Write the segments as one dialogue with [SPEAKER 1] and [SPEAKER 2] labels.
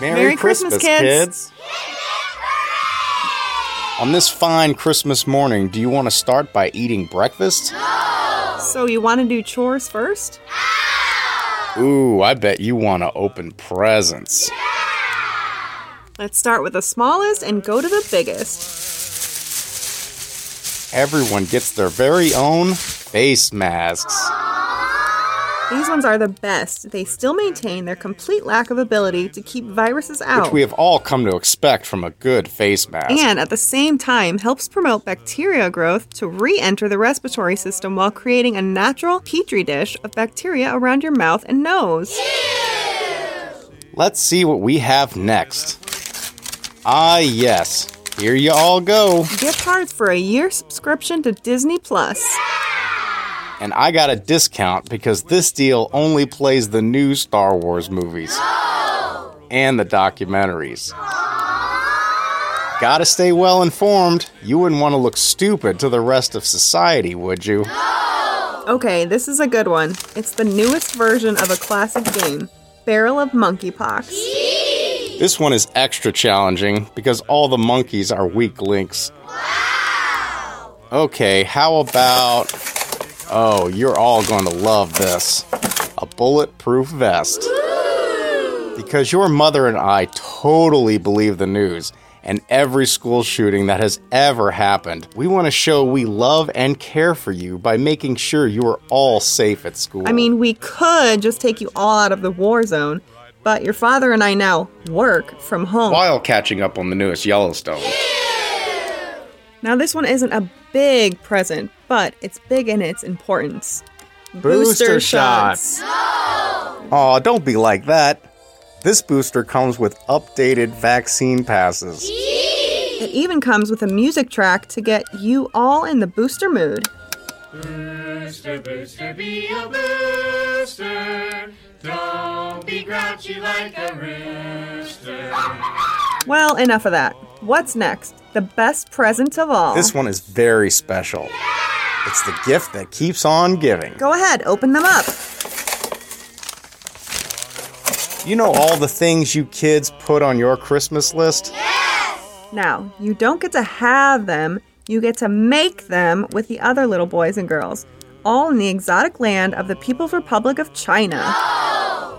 [SPEAKER 1] Merry, Christmas, kids. On this fine Christmas morning, do you want to start by eating breakfast?
[SPEAKER 2] So you want to do chores first?
[SPEAKER 1] Ooh, I bet you want to open presents.
[SPEAKER 2] Let's start with the smallest and go to the biggest.
[SPEAKER 1] Everyone gets their very own face masks.
[SPEAKER 2] These ones are the best. They still maintain their complete lack of ability to keep viruses out.
[SPEAKER 1] which we have all come to expect from a good face mask.
[SPEAKER 2] and at the same time helps promote bacteria growth to re-enter the respiratory system while creating a natural petri dish of bacteria around your mouth and nose.
[SPEAKER 1] Let's see what we have next. Ah, yes. Here you all go.
[SPEAKER 2] Gift cards for a year subscription to Disney Plus.
[SPEAKER 1] And I got a discount because this deal only plays the new Star Wars movies and the documentaries. Gotta stay well informed. You wouldn't want to look stupid to the rest of society, would you?
[SPEAKER 2] Okay, this is a good one. It's the newest version of a classic game, Barrel of Monkeypox.
[SPEAKER 1] This one is extra challenging because all the monkeys are weak links. Okay, how about. Oh, you're all going to love this a bulletproof vest. Because your mother and I totally believe the news and every school shooting that has ever happened. We want to show we love and care for you by making sure you are all safe at school.
[SPEAKER 2] I mean, we could just take you all out of the war zone, but your father and I now work from home.
[SPEAKER 1] while catching up on the newest Yellowstone.
[SPEAKER 2] Now, this one isn't a big present, but it's big in its importance.
[SPEAKER 1] Booster shots. Aw, don't be like that. This booster comes with updated vaccine passes.
[SPEAKER 2] It even comes with a music track to get you all in the booster mood.
[SPEAKER 3] Booster, booster, be a booster. Don't be grouchy like a rooster.
[SPEAKER 2] Well, enough of that. What's next? The best present of all.
[SPEAKER 1] This one is very special. It's the gift that keeps on giving.
[SPEAKER 2] Go ahead, open them up.
[SPEAKER 1] You know all the things you kids put on your Christmas list?
[SPEAKER 2] Now, you don't get to have them, you get to make them with the other little boys and girls, all in the exotic land of the People's Republic of China.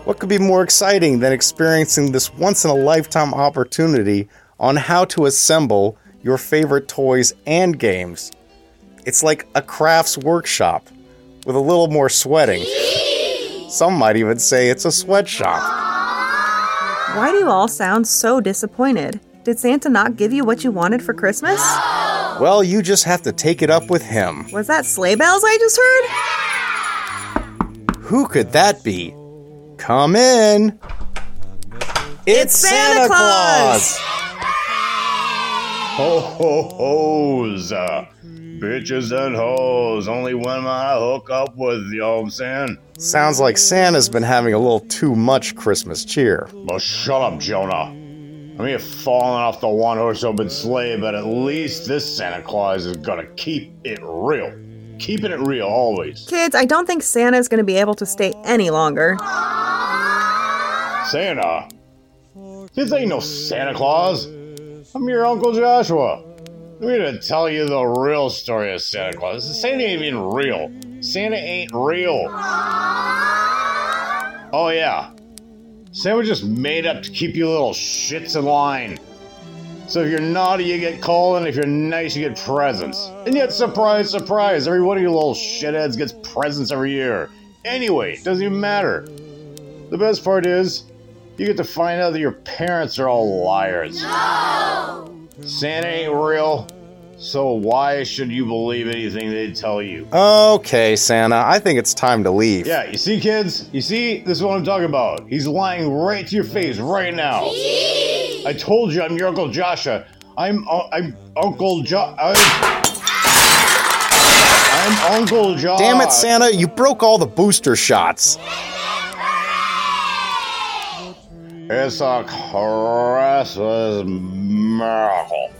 [SPEAKER 1] What could be more exciting than experiencing this once in a lifetime opportunity on how to assemble your favorite toys and games? It's like a crafts workshop with a little more sweating. Some might even say it's a sweatshop.
[SPEAKER 2] Why do you all sound so disappointed? Did Santa not give you what you wanted for Christmas?
[SPEAKER 1] Well, you just have to take it up with him.
[SPEAKER 2] Was that sleigh bells I just heard?
[SPEAKER 1] Who could that be? Come in. It's,
[SPEAKER 2] Santa Claus!
[SPEAKER 4] Ho ho ho's, uh, bitches and hoes. Only when I hook up with you, know what I'm saying?
[SPEAKER 1] Sounds like Santa's been having a little too much Christmas cheer.
[SPEAKER 4] Well, shut up, Jonah. I mean, you've fallen off the one horse open sleigh, but at least this Santa Claus is gonna keep it real. Keeping it real always.
[SPEAKER 2] Kids, I don't think Santa's gonna be able to stay any longer.
[SPEAKER 4] Santa? This ain't no Santa Claus. I'm your Uncle Joshua. I'm here to tell you the real story of Santa Claus. Santa ain't even real. Santa ain't real. Oh, yeah. Santa was just made up to keep you little shits in line. So if you're naughty, you get called, and if you're nice, you get presents. And yet, surprise, surprise, every one of you little shitheads gets presents every year. Anyway, it doesn't even matter. The best part is, you get to find out that your parents are all liars. Santa ain't real, so why should you believe anything they tell you?
[SPEAKER 1] Okay, Santa, I think it's time to leave.
[SPEAKER 4] Yeah, you see, kids? You see? This is what I'm talking about. He's lying right to your face right now. I told you I'm your Uncle Joshua. I'm, uh, I'm Uncle Jo. I'm, I'm Uncle Josh.
[SPEAKER 1] Damn it, Santa, you broke all the booster shots.
[SPEAKER 4] It's a Christmas miracle.